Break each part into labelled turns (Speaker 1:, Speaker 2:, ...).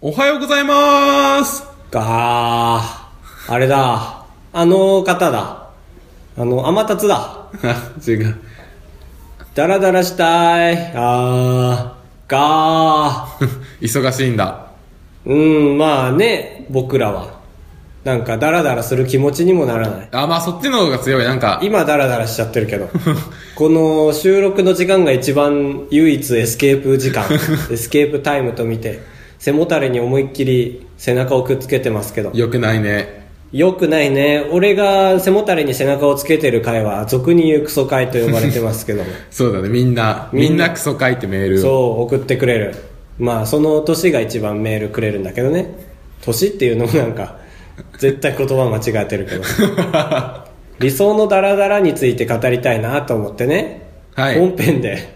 Speaker 1: おはようございます
Speaker 2: あー、あれだ。あの方だ。あの、天達だ。
Speaker 1: あ、違う。
Speaker 2: ダラダラしたい。あー、がー。
Speaker 1: 忙しいんだ。
Speaker 2: うん、まあね、僕らは。なんか、ダラダラする気持ちにもならない。
Speaker 1: あ、まあそっちの方が強い。なんか、
Speaker 2: 今、ダラダラしちゃってるけど。この収録の時間が一番唯一エスケープ時間、エスケープタイムと見て、背もたれに思いっきり背中をくっつけてますけど。
Speaker 1: 良くないね。
Speaker 2: よくないね。俺が背もたれに背中をつけてる回は、俗に言うクソ回と呼ばれてますけども。
Speaker 1: そうだね。みんな、み
Speaker 2: みんなん
Speaker 1: なクソ書 いてメールを。
Speaker 2: そう、送ってくれる。まあ、その年が一番メールくれるんだけどね。年っていうのもなんか、絶対言葉間違えてるけど。 理想のダラダラについて語りたいなと思ってね。
Speaker 1: はい
Speaker 2: 本編で。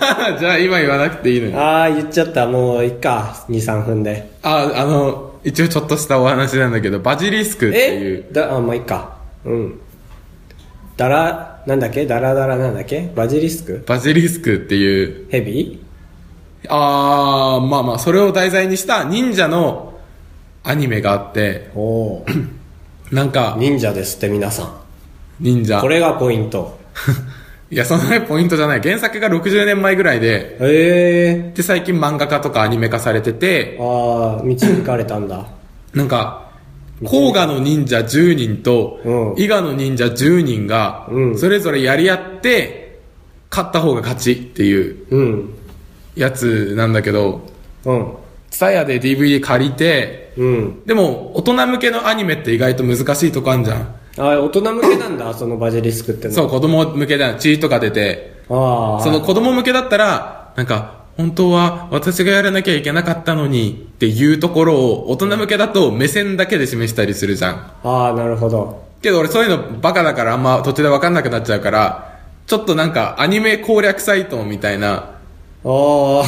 Speaker 1: なあ じゃあ今言わなくていいのに。あ、
Speaker 2: ああ、言っちゃった。もう、いっか。2、3分で。
Speaker 1: あの、一応ちょっとしたお話なんだけど、バジリスクっていう
Speaker 2: え。だあまあいいかうんだらなんだっけダラダラなんだっけバジリスク
Speaker 1: バジリスクっていう、
Speaker 2: ヘビ
Speaker 1: あー、まあまあ、それを題材にした忍者のアニメがあって、
Speaker 2: おお
Speaker 1: なんか、
Speaker 2: 忍者ですって皆さん
Speaker 1: 忍者
Speaker 2: こ。れがポイント
Speaker 1: いや、そのね、ポイントじゃない。原作が60年前ぐらいで、
Speaker 2: へえ
Speaker 1: で、最近漫画化とかアニメ化されてて、
Speaker 2: ああ導かれたんだ
Speaker 1: なんか、甲賀の忍者10人と、
Speaker 2: うん
Speaker 1: 伊賀の忍者10人が
Speaker 2: う、ん
Speaker 1: それぞれやり合って、勝った方が勝ちっていう
Speaker 2: うん
Speaker 1: やつなんだけど、
Speaker 2: うん
Speaker 1: ツヤで DVD 借りて、
Speaker 2: うん
Speaker 1: でも、大人向けのアニメって意外と難しいとこあんじゃん。
Speaker 2: あー大人向けなん だそのバジリスクっての
Speaker 1: そうう、子供向けだよ。血とか出て。
Speaker 2: ああ
Speaker 1: その子供向けだったら、なんか、本当は私がやらなきゃいけなかったのにっていうところを大人向けだと目線だけで示したりするじゃん。
Speaker 2: ああなるほど
Speaker 1: けど俺そういうのバカだからあんま途中でわかんなくなっちゃうから、ちょっとなんかアニメ攻略サイトみたいな、
Speaker 2: あ あ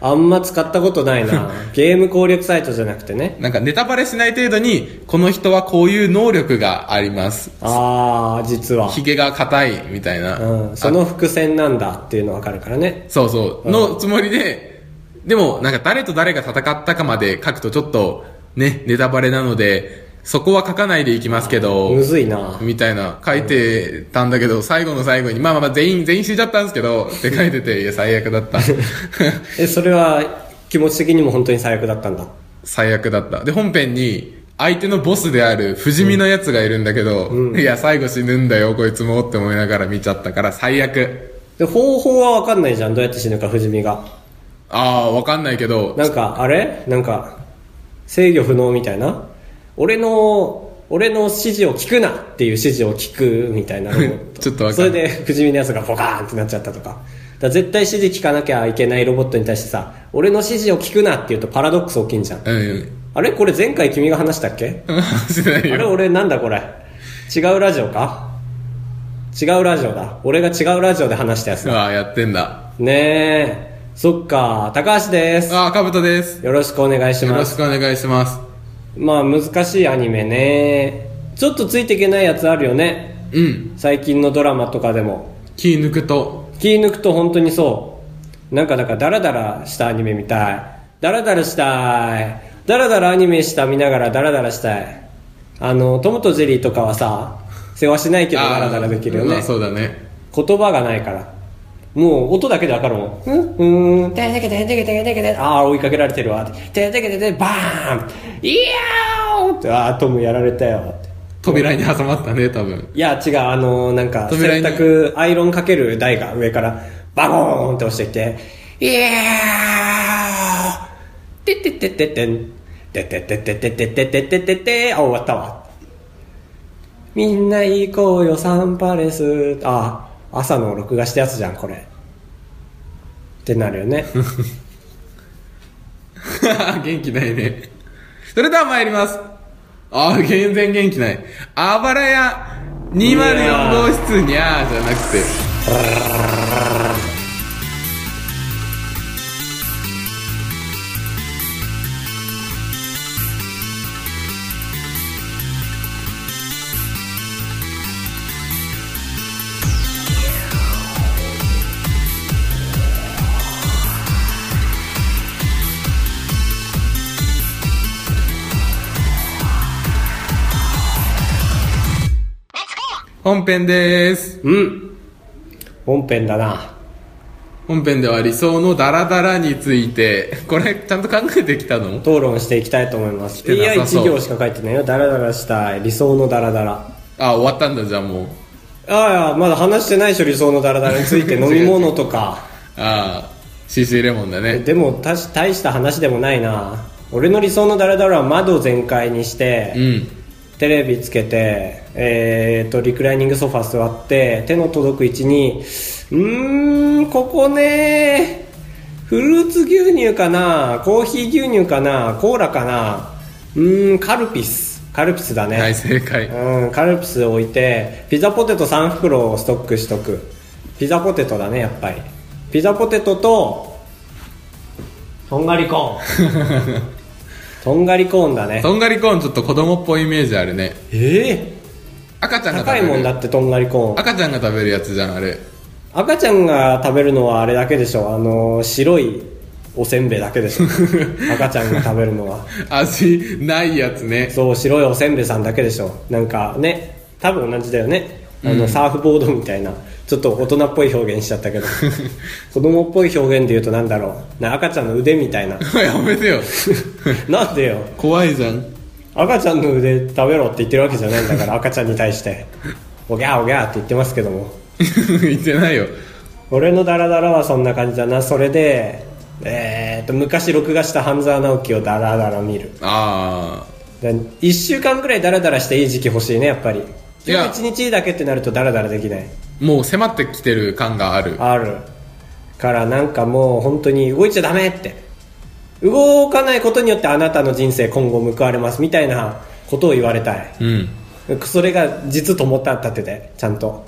Speaker 2: あんま使ったことない なゲーム攻略サイトじゃなくてね
Speaker 1: なんかネタバレしない程度に、この人はこういう能力があります。
Speaker 2: ああ実は
Speaker 1: ヒゲが硬いみたいな。
Speaker 2: うん、その伏線なんだっていうの分かるからね
Speaker 1: そうそう。のつもりで、でも、なんか誰と誰が戦ったかまで書くとちょっと、ね、ネタバレなので、そこは書かないでいきますけど、
Speaker 2: むずいな
Speaker 1: みたいな、書いてたんだけど、最後の最後に、まあまあまあ全員、全員死んじゃったんですけど、って書いてて、いや、最悪だ った。
Speaker 2: えそれは気持ち的にも本当に最悪だったんだ
Speaker 1: 最悪だった。で、本編に、相手のボスである不死身のやつがいるんだけど、いや、最後死ぬんだよ、こいつもって思いながら見ちゃったから、最悪。
Speaker 2: で方法は分かんないじゃんどうやって死ぬか不死身が
Speaker 1: ああ、わかんないけど、
Speaker 2: なんかあれなんか制御不能みたいな俺の俺の指示を聞くなっていう指示を聞くみたいなのも
Speaker 1: ちょっとわか
Speaker 2: そ
Speaker 1: んな
Speaker 2: れ
Speaker 1: い
Speaker 2: で不死身のやつがポカーンってなっちゃったとかだから絶対指示聞かなきゃいけないロボットに対してさ俺の指示を聞くなって言うとパラドックス起きんじゃん
Speaker 1: うん、
Speaker 2: あれこれ前回君が話したっけ
Speaker 1: しない
Speaker 2: あれ
Speaker 1: よ。
Speaker 2: 俺なんだこれ違うラジオか違うラジオだ俺が違うラジオで話したやつだ
Speaker 1: ああ、やってんだ。
Speaker 2: ねえそっか高橋です
Speaker 1: あ、かぶとです。
Speaker 2: よろしくお願いし
Speaker 1: よろ
Speaker 2: ま
Speaker 1: し
Speaker 2: す
Speaker 1: くお願いします。
Speaker 2: まあ難しいアニメねちょっとついていけないやつあるよね
Speaker 1: うん。
Speaker 2: 最近のドラマとかでも
Speaker 1: 気抜くと。
Speaker 2: 気抜くと本当にそうなんかだからダラダラしたアニメみたいダラダラしたいダラダラアニメした見ながらダラダラしたいあのトムとジェリーとかはさ世話しないけどダラダラできるよ
Speaker 1: あーま
Speaker 2: ね
Speaker 1: あそうだね。
Speaker 2: 言葉がないからもう音だけでわかるもんうんうーんてんてけてんてけてんてけてんああ追いかけられてるわてんてけてんてんバーンいやーってああトムやられたよって
Speaker 1: 扉に挟まったね、多分。
Speaker 2: いや違うあのーなんか洗
Speaker 1: 扉に
Speaker 2: 濯アイロンかける台が上からバゴーンって押してきて「いやーてってってってってんてってってってってってってってってってあ終わったわ」みんな行こうよサンパレスあ朝の録画したやつじゃんこれってなるよね
Speaker 1: 元気ないね。それでは参ります。あー、全然元気ない。あばらや204号室にゃーじゃなくて。本編でーす。
Speaker 2: うん。本編だな。
Speaker 1: 本編では理想のダラダラについて、これちゃんと考えてきたの
Speaker 2: 討論していきたいと思います。
Speaker 1: て
Speaker 2: いや、
Speaker 1: なさそ
Speaker 2: 一
Speaker 1: う
Speaker 2: 行しか書いてないよ。ダラダラしたい。理想のダラダラ。
Speaker 1: あ、終わったんだ、じゃあもう。
Speaker 2: ああ、まだ話してないでしょ、理想のダラダラについて。飲み物とか。
Speaker 1: ああ、CC レモンだね。
Speaker 2: でも、たし、大した話でもないな。俺の理想のダラダラは窓全開にして、
Speaker 1: うん。
Speaker 2: テレビつけて、えー、と、リクライニングソファ座って、手の届く位置に、うーん、ここねフルーツ牛乳かなコーヒー牛乳かなコーラかなうーん、カルピス。カルピスだね。
Speaker 1: はい、正解。
Speaker 2: うん、カルピス置いて、ピザポテト3袋をストックしとく。ピザポテトだね、やっぱり。ピザポテトと、とんがりコーン。 とんがりコーンだね。
Speaker 1: とんがりコーンちょっと子供っぽいイメージあるね。
Speaker 2: ええ
Speaker 1: 赤ちゃんが食
Speaker 2: 高
Speaker 1: べ
Speaker 2: い
Speaker 1: る。
Speaker 2: もんだってとんがりコーン
Speaker 1: 赤ちゃんが食べるやつじゃん、あれ。
Speaker 2: 赤ちゃんが食べるのはあれだけでしょあの白いおせんべいだけ でしょ赤ちゃんが食べるのは
Speaker 1: 味ないやつね。
Speaker 2: そう白いおせんべいさんだけでしょなんかね多分同じだよねあの、サーフボードみたいなちょっと大人っぽい表現しちゃったけど子供っぽい表現で言うとなんだろうな赤ちゃんの腕みたいな
Speaker 1: やめてよ。
Speaker 2: なんでよ
Speaker 1: 怖いじゃん。
Speaker 2: 赤ちゃんの腕食べろって言ってるわけじゃないんだから赤ちゃんに対しておぎゃーおぎゃーって言ってますけども
Speaker 1: 言ってないよ。
Speaker 2: 俺のダラダラはそんな感じだなそれでえー、と昔録画した半沢直樹をダラダラ見る
Speaker 1: あ
Speaker 2: で1週間くらいダラダラしていい時期欲しいねやっぱり
Speaker 1: いや
Speaker 2: 今日1日だけってなるとダラダラできない
Speaker 1: ー、もう迫ってきてる感がある。
Speaker 2: あるからなんかもう本当に動いちゃダメって動かないことによってあなたの人生今後報われますみたいなことを言われたい
Speaker 1: うん。
Speaker 2: それが実ともた立ててちゃんと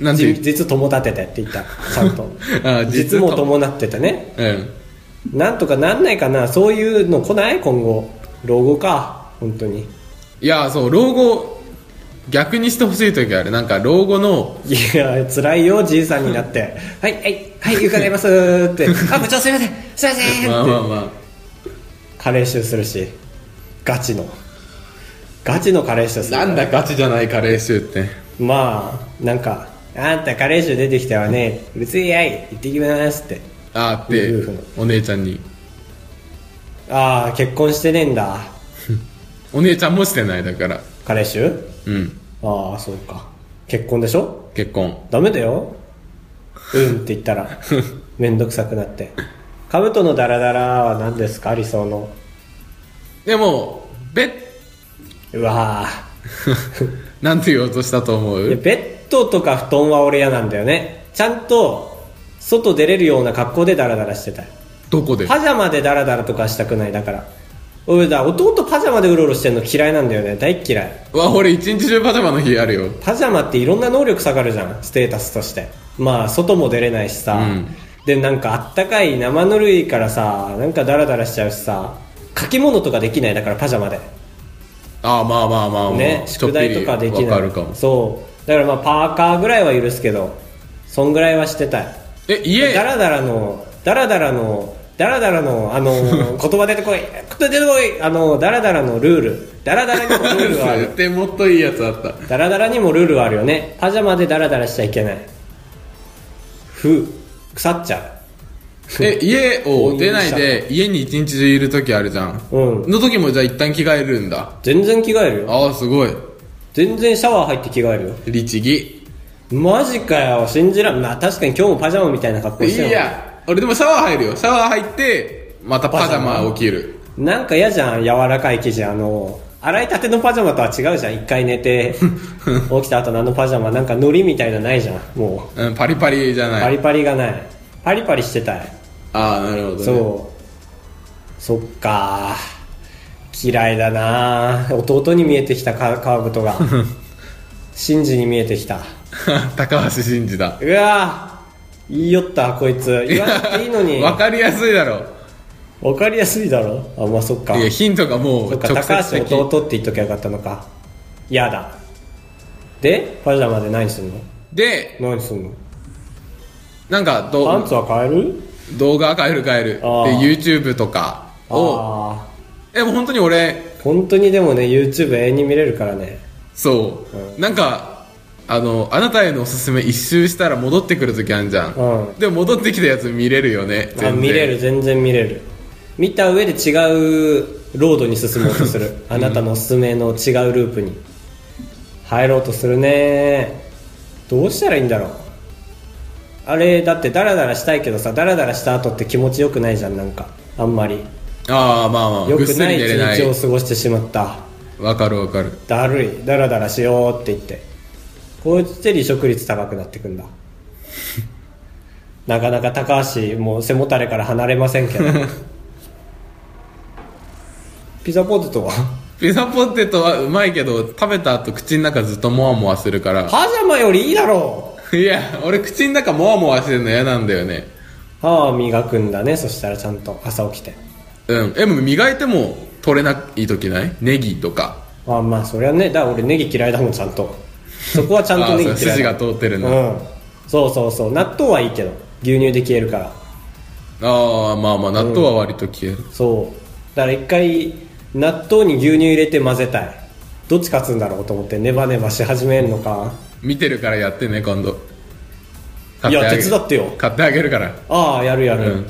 Speaker 1: なんてい
Speaker 2: じ
Speaker 1: う
Speaker 2: 実とも立ててって言ったちゃんと
Speaker 1: あ
Speaker 2: 実
Speaker 1: 実
Speaker 2: も
Speaker 1: も
Speaker 2: 伴っててね
Speaker 1: うん。
Speaker 2: なんとかなんないかなそういうの来ない今後老後か本当に
Speaker 1: いや、そう、老後、逆にしてほしい時ある。なんか、老後の、
Speaker 2: いや辛いよじいさんになって「 はいはいはい伺います」って「 あ部長すいませんすいません」
Speaker 1: まあまあ
Speaker 2: って
Speaker 1: まあ、
Speaker 2: 加齢臭するしガチのガチの加齢臭する
Speaker 1: なんだガチじゃないカレー臭って。
Speaker 2: まあなんか「あんた加齢臭出てきたわねうるせえやい行ってきます」って
Speaker 1: あーって
Speaker 2: 夫婦の、
Speaker 1: お姉ちゃんに。
Speaker 2: ああ結婚してねえんだ
Speaker 1: お姉ちゃんもしてない、だから。
Speaker 2: 加齢臭
Speaker 1: うん。
Speaker 2: ああそうか結婚でしょ
Speaker 1: 結婚。
Speaker 2: ダメだよ。うんって言ったら、めんどくさくなって。カブトのダラダラは何ですか理想の。
Speaker 1: でも、ベッ、
Speaker 2: うわぁ。
Speaker 1: なんて言おうとしたと思
Speaker 2: いや
Speaker 1: う
Speaker 2: ベッドとか布団は俺嫌なんだよね。ちゃんと、外出れるような格好でダラダラしてたい。
Speaker 1: どこで
Speaker 2: パジャマでダラダラとかしたくない。だから。俺だ、弟パジャマでうろうろしてんの嫌いなんだよね。大っ嫌い。
Speaker 1: うわ、俺一日中パジャマの日あるよ。
Speaker 2: パジャマっていろんな能力下がるじゃんステータスとしてまあ外も出れないしさ、
Speaker 1: うん
Speaker 2: でなんかあったかい生ぬるいからさなんかダラダラしちゃうしさ書き物とかできないだからパジャマで
Speaker 1: ああ、まあまあまあまあ。
Speaker 2: ね
Speaker 1: ちょ
Speaker 2: 宿
Speaker 1: っぴ
Speaker 2: 題
Speaker 1: り
Speaker 2: とかでき
Speaker 1: わ
Speaker 2: な
Speaker 1: か
Speaker 2: い
Speaker 1: るかも。
Speaker 2: そうだからまあパーカーぐらいは許すけどそんぐらいはしてたい
Speaker 1: え、
Speaker 2: ダ
Speaker 1: 家、
Speaker 2: ラダラのダラダラのダラダラの あの言葉出てこい言葉出てこいあのダラダラのルールダラダラにもルールは ある
Speaker 1: 絶対もっといいやつあった。
Speaker 2: ダラダラにもルールはあるよねパジャマでダラダラしちゃいけないふ腐っちゃ
Speaker 1: え、家を出ないで、家に一日中いる時あるじゃん。
Speaker 2: ううん
Speaker 1: の時もじゃあ一旦着替えるんだ。
Speaker 2: 全然着替えるよ
Speaker 1: ああ、すごい。
Speaker 2: 全然シャワー入って着替えるよ
Speaker 1: 律儀。
Speaker 2: マジかよ信じらんまあ確かに今日もパジャマみたいな格好
Speaker 1: い
Speaker 2: してる
Speaker 1: いや。俺でもシャワー入るよ。シャワー入って、またパジャマを着る。
Speaker 2: なんか嫌じゃん柔らかい生地あの洗いたてのパジャマとは違うじゃん一回 寝て起きた後のあのパジャマなんか糊みたいなのないじゃんも
Speaker 1: うん、パリパリじゃ
Speaker 2: う
Speaker 1: な
Speaker 2: パ
Speaker 1: い。
Speaker 2: リパリがないパリパリしてたい
Speaker 1: ああ、なるほど、ね。
Speaker 2: そうそっか嫌いだな弟に見えてきたカカブト が真珠に見えてきた
Speaker 1: 高橋真二だ。
Speaker 2: うわ言いよったこいつ言わなくていいのに
Speaker 1: わかりやすいだろ。
Speaker 2: わかりやすいだろあまあそっか
Speaker 1: いや、ヒントがもう
Speaker 2: そっか
Speaker 1: 直
Speaker 2: 高
Speaker 1: 接的。
Speaker 2: 橋弟って言っときゃよかったのか嫌だでパジャマで何すんの
Speaker 1: で、
Speaker 2: 何すんの
Speaker 1: なんかど、
Speaker 2: パンツは買える
Speaker 1: 動画変える変える。で、
Speaker 2: あー
Speaker 1: YouTube とかを、
Speaker 2: ああ
Speaker 1: え、もう本当に俺、
Speaker 2: 本当にでもね YouTube 永遠に見れるからね
Speaker 1: そう、
Speaker 2: う
Speaker 1: なんかあのあなたへのおすすめ一周したら戻ってくる時あんじゃん、
Speaker 2: う
Speaker 1: でも戻ってきたやつ見れるよね全
Speaker 2: あ
Speaker 1: 然
Speaker 2: 見れる全然見れる見た上で違うロードに進もうと するあなたのおすすめの違うループに入ろうとするねどうしたらいいんだろうあれだってダラダラしたいけどさダラダラした後って気持ちよくないじゃんなんかあんまり
Speaker 1: ああまあまあ
Speaker 2: よ
Speaker 1: ぐっ
Speaker 2: く
Speaker 1: す
Speaker 2: な
Speaker 1: り
Speaker 2: い
Speaker 1: 寝
Speaker 2: 一
Speaker 1: れない
Speaker 2: 日を過ごしてしまった
Speaker 1: わかるわかる
Speaker 2: だるいダラダラしようって言ってこうして離職率高くなってく んだなかなか高橋もう背もたれから離れま せんけどピザポテトは
Speaker 1: ピザポテトはうまいけど食べた後口の中ずっとモワモワするから
Speaker 2: パジャマよりいいだろう
Speaker 1: いや俺口の中モワモワしてるの嫌なんだよね
Speaker 2: 歯を磨くんだねそしたらちゃんと朝起きて
Speaker 1: うんえもう磨いても取れない時ないネギとか
Speaker 2: あまあそりゃねだから俺ネギ嫌いだもんちゃんとそこはちゃんとネ ギ
Speaker 1: あーそう
Speaker 2: 嫌い
Speaker 1: 筋
Speaker 2: だ
Speaker 1: が通ってるんだ、あ
Speaker 2: うんそうそうそう納豆はいいけど牛乳で消えるから
Speaker 1: あまあまあ納豆は割と消える、
Speaker 2: そうだから一回納豆に牛乳入れて混ぜたいどっち勝つんだろうと思ってネバネバし始めるのか
Speaker 1: 見てるからやってね今度
Speaker 2: いや
Speaker 1: 買あげる
Speaker 2: 手伝ってよ
Speaker 1: 買ってあげるから
Speaker 2: ああやるや
Speaker 1: う
Speaker 2: る
Speaker 1: ん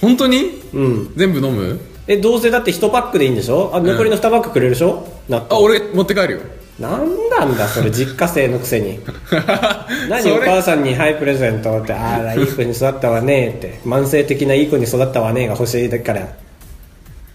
Speaker 1: 本当に
Speaker 2: うん、
Speaker 1: 全部飲む
Speaker 2: えどうせだって1パックでいいんでしょあ残りの2パックくれるでしょ納
Speaker 1: あ
Speaker 2: 豆
Speaker 1: 俺持って帰るよ
Speaker 2: なんなんだそれ実家製のく せに何
Speaker 1: そ
Speaker 2: お
Speaker 1: れ
Speaker 2: 母さんに「はいプレゼント」って「あらいい子に育ったわね」って慢性的ないい子に育ったわねが欲しいだから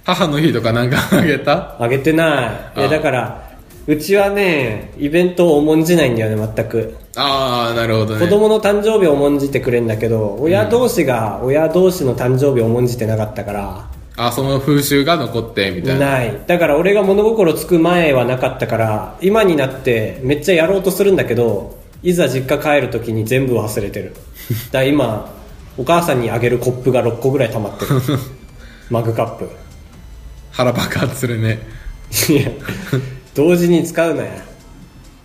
Speaker 1: 母の日とかなんかあげた
Speaker 2: あげてない
Speaker 1: あ
Speaker 2: えだからうちはねイベントを重んじないんだよね全く
Speaker 1: ああなるほどね
Speaker 2: 子供の誕生日を重んじてくれんだけど親同士が親同士の誕生日を重んじてなかったから
Speaker 1: あその風習が残ってみたいな
Speaker 2: ないだから俺が物心つく前はなかったから今になってめっちゃやろうとするんだけどいざ実家帰る時に全部忘れてるだから今お母さんにあげるコップが6個ぐらい溜まってるマグカップ
Speaker 1: 腹爆発するね
Speaker 2: いや同時に使うなや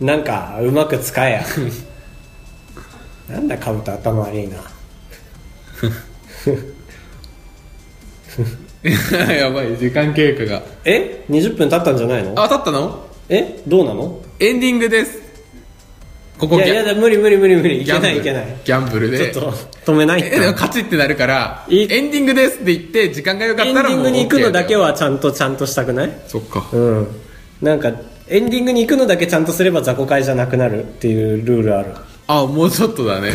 Speaker 2: なんかうまく使えやなんだカブト頭悪いな
Speaker 1: やばい時間経過が
Speaker 2: え20分経ったんじゃないの
Speaker 1: あ当たったの
Speaker 2: えどうなの
Speaker 1: エンディングですこ
Speaker 2: い
Speaker 1: こ
Speaker 2: やい
Speaker 1: ギャ
Speaker 2: やだ無理無理無理無理い
Speaker 1: ギ
Speaker 2: け
Speaker 1: ャンブ
Speaker 2: ない
Speaker 1: ル
Speaker 2: いけない
Speaker 1: ギャンブル
Speaker 2: ちょっ
Speaker 1: で
Speaker 2: と止めないって
Speaker 1: えでも勝ちってなるから
Speaker 2: い
Speaker 1: エンディングですって言って時間が良か
Speaker 2: エ
Speaker 1: っ
Speaker 2: ンデ
Speaker 1: たら
Speaker 2: ィ
Speaker 1: も
Speaker 2: ン
Speaker 1: う、
Speaker 2: グに行くのだけ
Speaker 1: は
Speaker 2: はちゃんとちゃんとしたくない
Speaker 1: そっか
Speaker 2: うんなんかエンディングに行くのだけちゃんとすれば雑魚会じゃなくなるっていうルールある
Speaker 1: あもうちょっとだね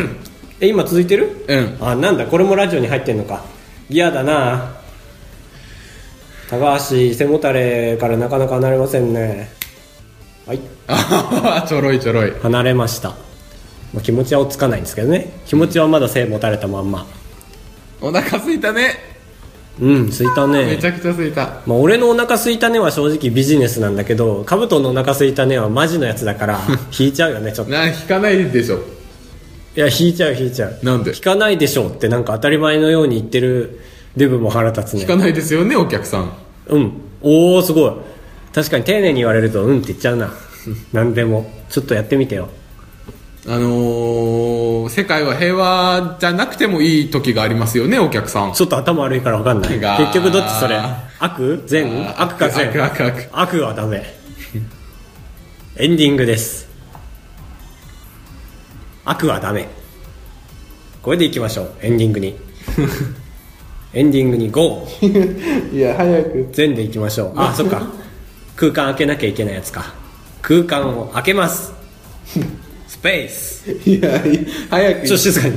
Speaker 2: え今続いてる
Speaker 1: うん
Speaker 2: あなんだこれもラジオに入ってんのか嫌だな高橋背もたれからなかなか離れませんねはい
Speaker 1: あ ちょろいちょろい
Speaker 2: 離れました、まあ、気持ちは落ち着かないんですけどね気持ちはまだ背もたれたまんま
Speaker 1: お腹すいたね
Speaker 2: うんすいた
Speaker 1: め
Speaker 2: ね
Speaker 1: ちゃくちゃすいた
Speaker 2: まあ、俺のお腹すいたねは正直ビジネスなんだけどカブトのお腹すいたねはマジのやつだ から引いちゃうよねちょっと
Speaker 1: な引かないでしょ
Speaker 2: いや引いちゃう引いちゃう
Speaker 1: なんで
Speaker 2: 引かないでしょうってなんか当たり前のように言ってるデブも腹立つね
Speaker 1: 引かないですよねお客さん
Speaker 2: うんおおすごい確かに丁寧に言われるとうんって言っち ゃうな何でもちょっとやってみてよ
Speaker 1: あのー、世界は平和じゃなくてもいい時がありますよねお客さん
Speaker 2: ちょっと頭悪いから分かんない
Speaker 1: 違う
Speaker 2: 結局どっちそれ悪善
Speaker 1: あー
Speaker 2: 悪か善
Speaker 1: 悪悪悪
Speaker 2: 悪はダメエンディングです悪はダメこれでいきましょうエンディングにエンディングに GO
Speaker 1: いや早く
Speaker 2: 全でいきましょうあそっか空間開けなきゃいけないやつか空間を開けますスペース
Speaker 1: いや早
Speaker 2: ちょっと静かに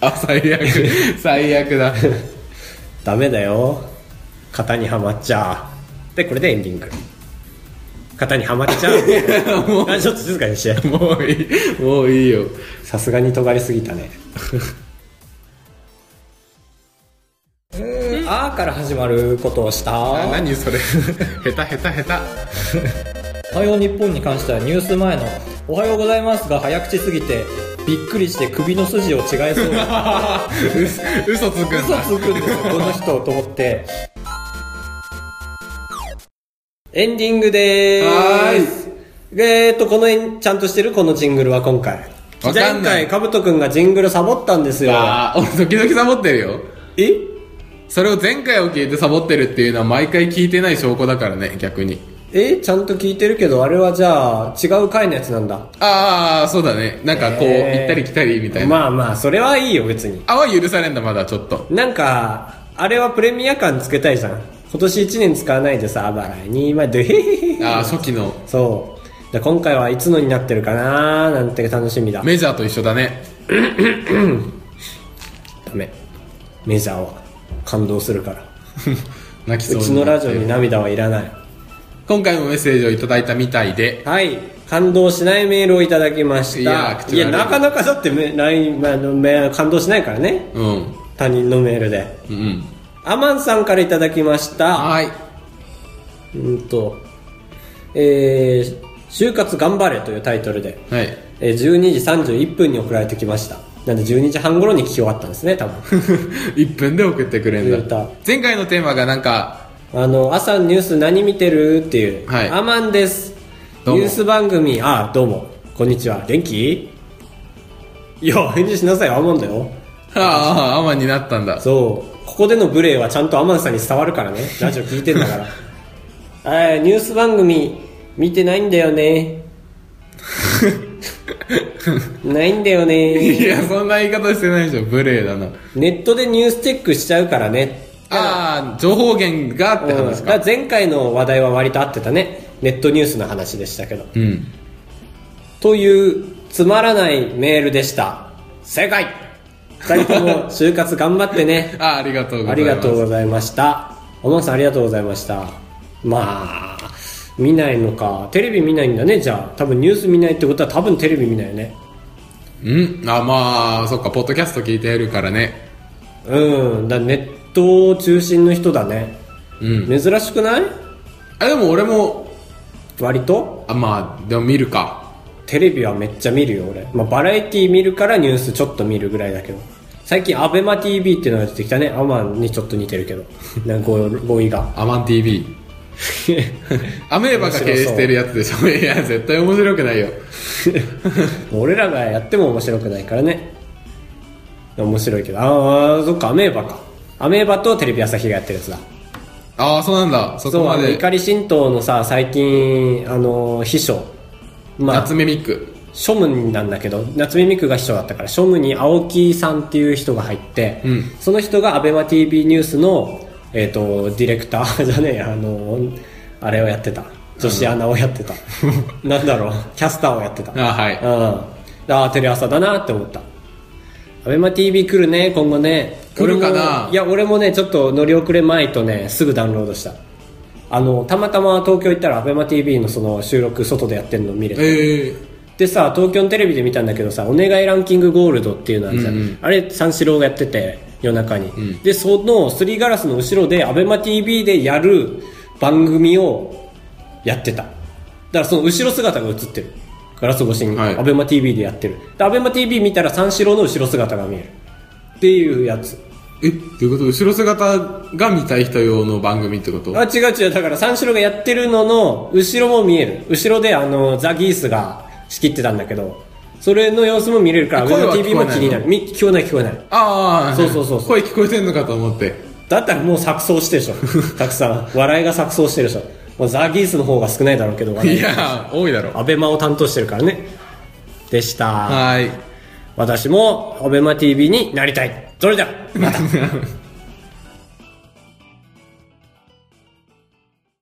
Speaker 1: あ最悪最悪だ
Speaker 2: ダメだよ型にはまっちゃうでこれでエンディング型にはまっちゃう
Speaker 1: も
Speaker 2: あちょっと静かにして
Speaker 1: うもういいもういいよ
Speaker 2: さすがに尖りすぎたねうーんあーから始まることをした
Speaker 1: あ
Speaker 2: お
Speaker 1: 何それ 下手下手下
Speaker 2: はよう日本に関してはニュース前のおはようございますが早口すぎてびっくりして首の筋を違えそうな
Speaker 1: 手嘘嘘つくん
Speaker 2: 嘘
Speaker 1: だ
Speaker 2: つくんですよこの人と思ってエンディングで
Speaker 1: は
Speaker 2: ーすえーっとこのエンちゃんとしてるこのジングルは今回
Speaker 1: わかんない
Speaker 2: 前回かぶとくんがジングルサボったんですよ
Speaker 1: あー俺時々サボってるよ
Speaker 2: え
Speaker 1: それを前回を聞いてサボってるっていうのは毎回聞いてない証拠だからね逆に
Speaker 2: えーちゃんと聞いてるけど、あれはじゃあ、違う回のやつなんだ。
Speaker 1: ああ、そうだね。なんかこう、
Speaker 2: えー
Speaker 1: 行ったり来たりみたいな。
Speaker 2: まあまあ、それはいいよ、別に。
Speaker 1: あは許されんだ、まだちょっと。
Speaker 2: なんか、あれはプレミア感つけたいじゃん。今年1年使わないでさ、あばらに、まあ、でへへへ。
Speaker 1: ああ、初期の
Speaker 2: そう。じゃあ今回はいつのになってるかなーなんて楽しみだ。
Speaker 1: メジャーと一緒だね。
Speaker 2: ダメ。メジャーは感動するから。
Speaker 1: 泣き
Speaker 2: う
Speaker 1: そう
Speaker 2: ち
Speaker 1: に
Speaker 2: の
Speaker 1: な
Speaker 2: ラ
Speaker 1: って
Speaker 2: ジ
Speaker 1: る
Speaker 2: オに涙はいらない。
Speaker 1: 今回もメッセージをいただいたみたいで、
Speaker 2: はい。感動しないメールをいただきました。
Speaker 1: いやー
Speaker 2: いやなかなかだってめ、LINE まああのめ感動しないからね。
Speaker 1: うん。
Speaker 2: 他人のメールで。
Speaker 1: うんうん。
Speaker 2: アマンさんからいただきました。
Speaker 1: はーい。
Speaker 2: うんと、えー、就活頑張れというタイトルで、
Speaker 1: はい。
Speaker 2: えー12時31分に送られてきました。なんで12時半頃に聞き終わったんですね、多分。
Speaker 1: 1分で送ってくれんだ
Speaker 2: 出。
Speaker 1: 前回のテーマがなんか、
Speaker 2: あの、朝ニュース何見てるっていう、
Speaker 1: はい
Speaker 2: アマンです。
Speaker 1: どうも
Speaker 2: ニュース番組、あ、どうも、こんにちは、元気いや、返事しなさいよ、アマンだよ。
Speaker 1: ああ、アマンになったんだ。
Speaker 2: そう、ここでの無礼はちゃんとアマンさんに伝わるからね、ラジオ聞いてん だから。あーニュース番組、見てないんだよ ね。ないんだよ
Speaker 1: い
Speaker 2: ね。
Speaker 1: や、そんな言い方してないでしょ。無礼だな。
Speaker 2: ネットでニュースチェックしちゃうからね。
Speaker 1: ああ、情報源がって
Speaker 2: うん、だ
Speaker 1: 話
Speaker 2: から
Speaker 1: か。
Speaker 2: 前回の話題は割と合ってたね。ネットニュースの話でしたけど。
Speaker 1: うん。
Speaker 2: というつまらないメールでした正解2人とも就活頑張ってね
Speaker 1: ああ、ありがとうござ
Speaker 2: あ
Speaker 1: います。
Speaker 2: りがとうございましたおまんさんありがとうございましたまあ見ないのかテレビ見ないんだねじゃあ多分ニュース見ないってことは多分テレビ見ないよね
Speaker 1: うんあ、まあ、そっか、ポッドキャスト聞いてるからね。
Speaker 2: うんだネット中心の人だね
Speaker 1: うん。
Speaker 2: 珍しくない
Speaker 1: あ、でも俺も、
Speaker 2: 割と
Speaker 1: あ、まあ、でも見るか。
Speaker 2: テレビはめっちゃ見るよ俺、まあ、バラエティ見るからニュースちょっと見るぐらいだけど最近アベマ t v っていうのが出てきたねアマンにちょっと似てるけど なんか語語彙が
Speaker 1: アマン TV。アメーバが経営してるやつでしょ。いや、絶対面白くないよ。
Speaker 2: もう俺らがやっても面白くないからね面白いけどああそっかアメーバかアメーバとテレビ朝日がやってるやつだ
Speaker 1: ああ、そうなんだ。そこ
Speaker 2: そう
Speaker 1: ま
Speaker 2: あの
Speaker 1: で。
Speaker 2: 怒り神道のさ最近あの秘書まあ
Speaker 1: 夏目ミク。
Speaker 2: 庶務なんだけど夏目ミクが秘書だったから庶務に青木さんっていう人が入って、
Speaker 1: うん
Speaker 2: その人が ABEMATV ニュースの、えー、とディレクター じゃねえやあのあれをやってた女子アナをやって たなんだろうキャスターをやってた
Speaker 1: ああ、はい。
Speaker 2: うん、ああテレ朝だなって思ったアベマ t v 来るね今後ね
Speaker 1: 来るかな
Speaker 2: 俺もいや俺もねちょっと乗り遅れまいとねすぐダウンロードしたあのたまたま東京行ったらアベマ t v のその収録外でやってるの見れて
Speaker 1: ええ
Speaker 2: でさ東京のテレビで見たんだけどさ「お願いランキングゴールド」っていうのあるじゃん、
Speaker 1: うんうん
Speaker 2: あれ三四郎がやってて夜中に、
Speaker 1: ん
Speaker 2: でそのすりガラスの後ろで ABEMATV でやる番組をやってただからその後ろ姿が映ってるガラス越しに
Speaker 1: はい
Speaker 2: ABEMATV でやってるで ABEMATV 見たら三四郎の後ろ姿が見えるっていうやつ
Speaker 1: え、どういうこと後ろ姿が見たい人用の番組ってこと
Speaker 2: あ違う違うだから三四郎がやってるのの後ろも見える後ろであのザ・ギースが仕切ってたんだけどそれの様子も見れるから
Speaker 1: 声は
Speaker 2: ABEMATV も気にな
Speaker 1: 聞こえない
Speaker 2: る
Speaker 1: の
Speaker 2: み聞こえない聞こえない
Speaker 1: ああ、
Speaker 2: そうそうそうそう
Speaker 1: 声聞こえてんのかと思って。
Speaker 2: だったらもう錯綜してるでし ょたくさん笑いが錯綜してるでしょもうザ・ギースの方が少ないだろうけど笑
Speaker 1: い
Speaker 2: い
Speaker 1: や、多いだろ。
Speaker 2: アベマを担当してるからねでした、
Speaker 1: はーい。
Speaker 2: 私もアベマ t v になりたいそれじゃまた
Speaker 1: ま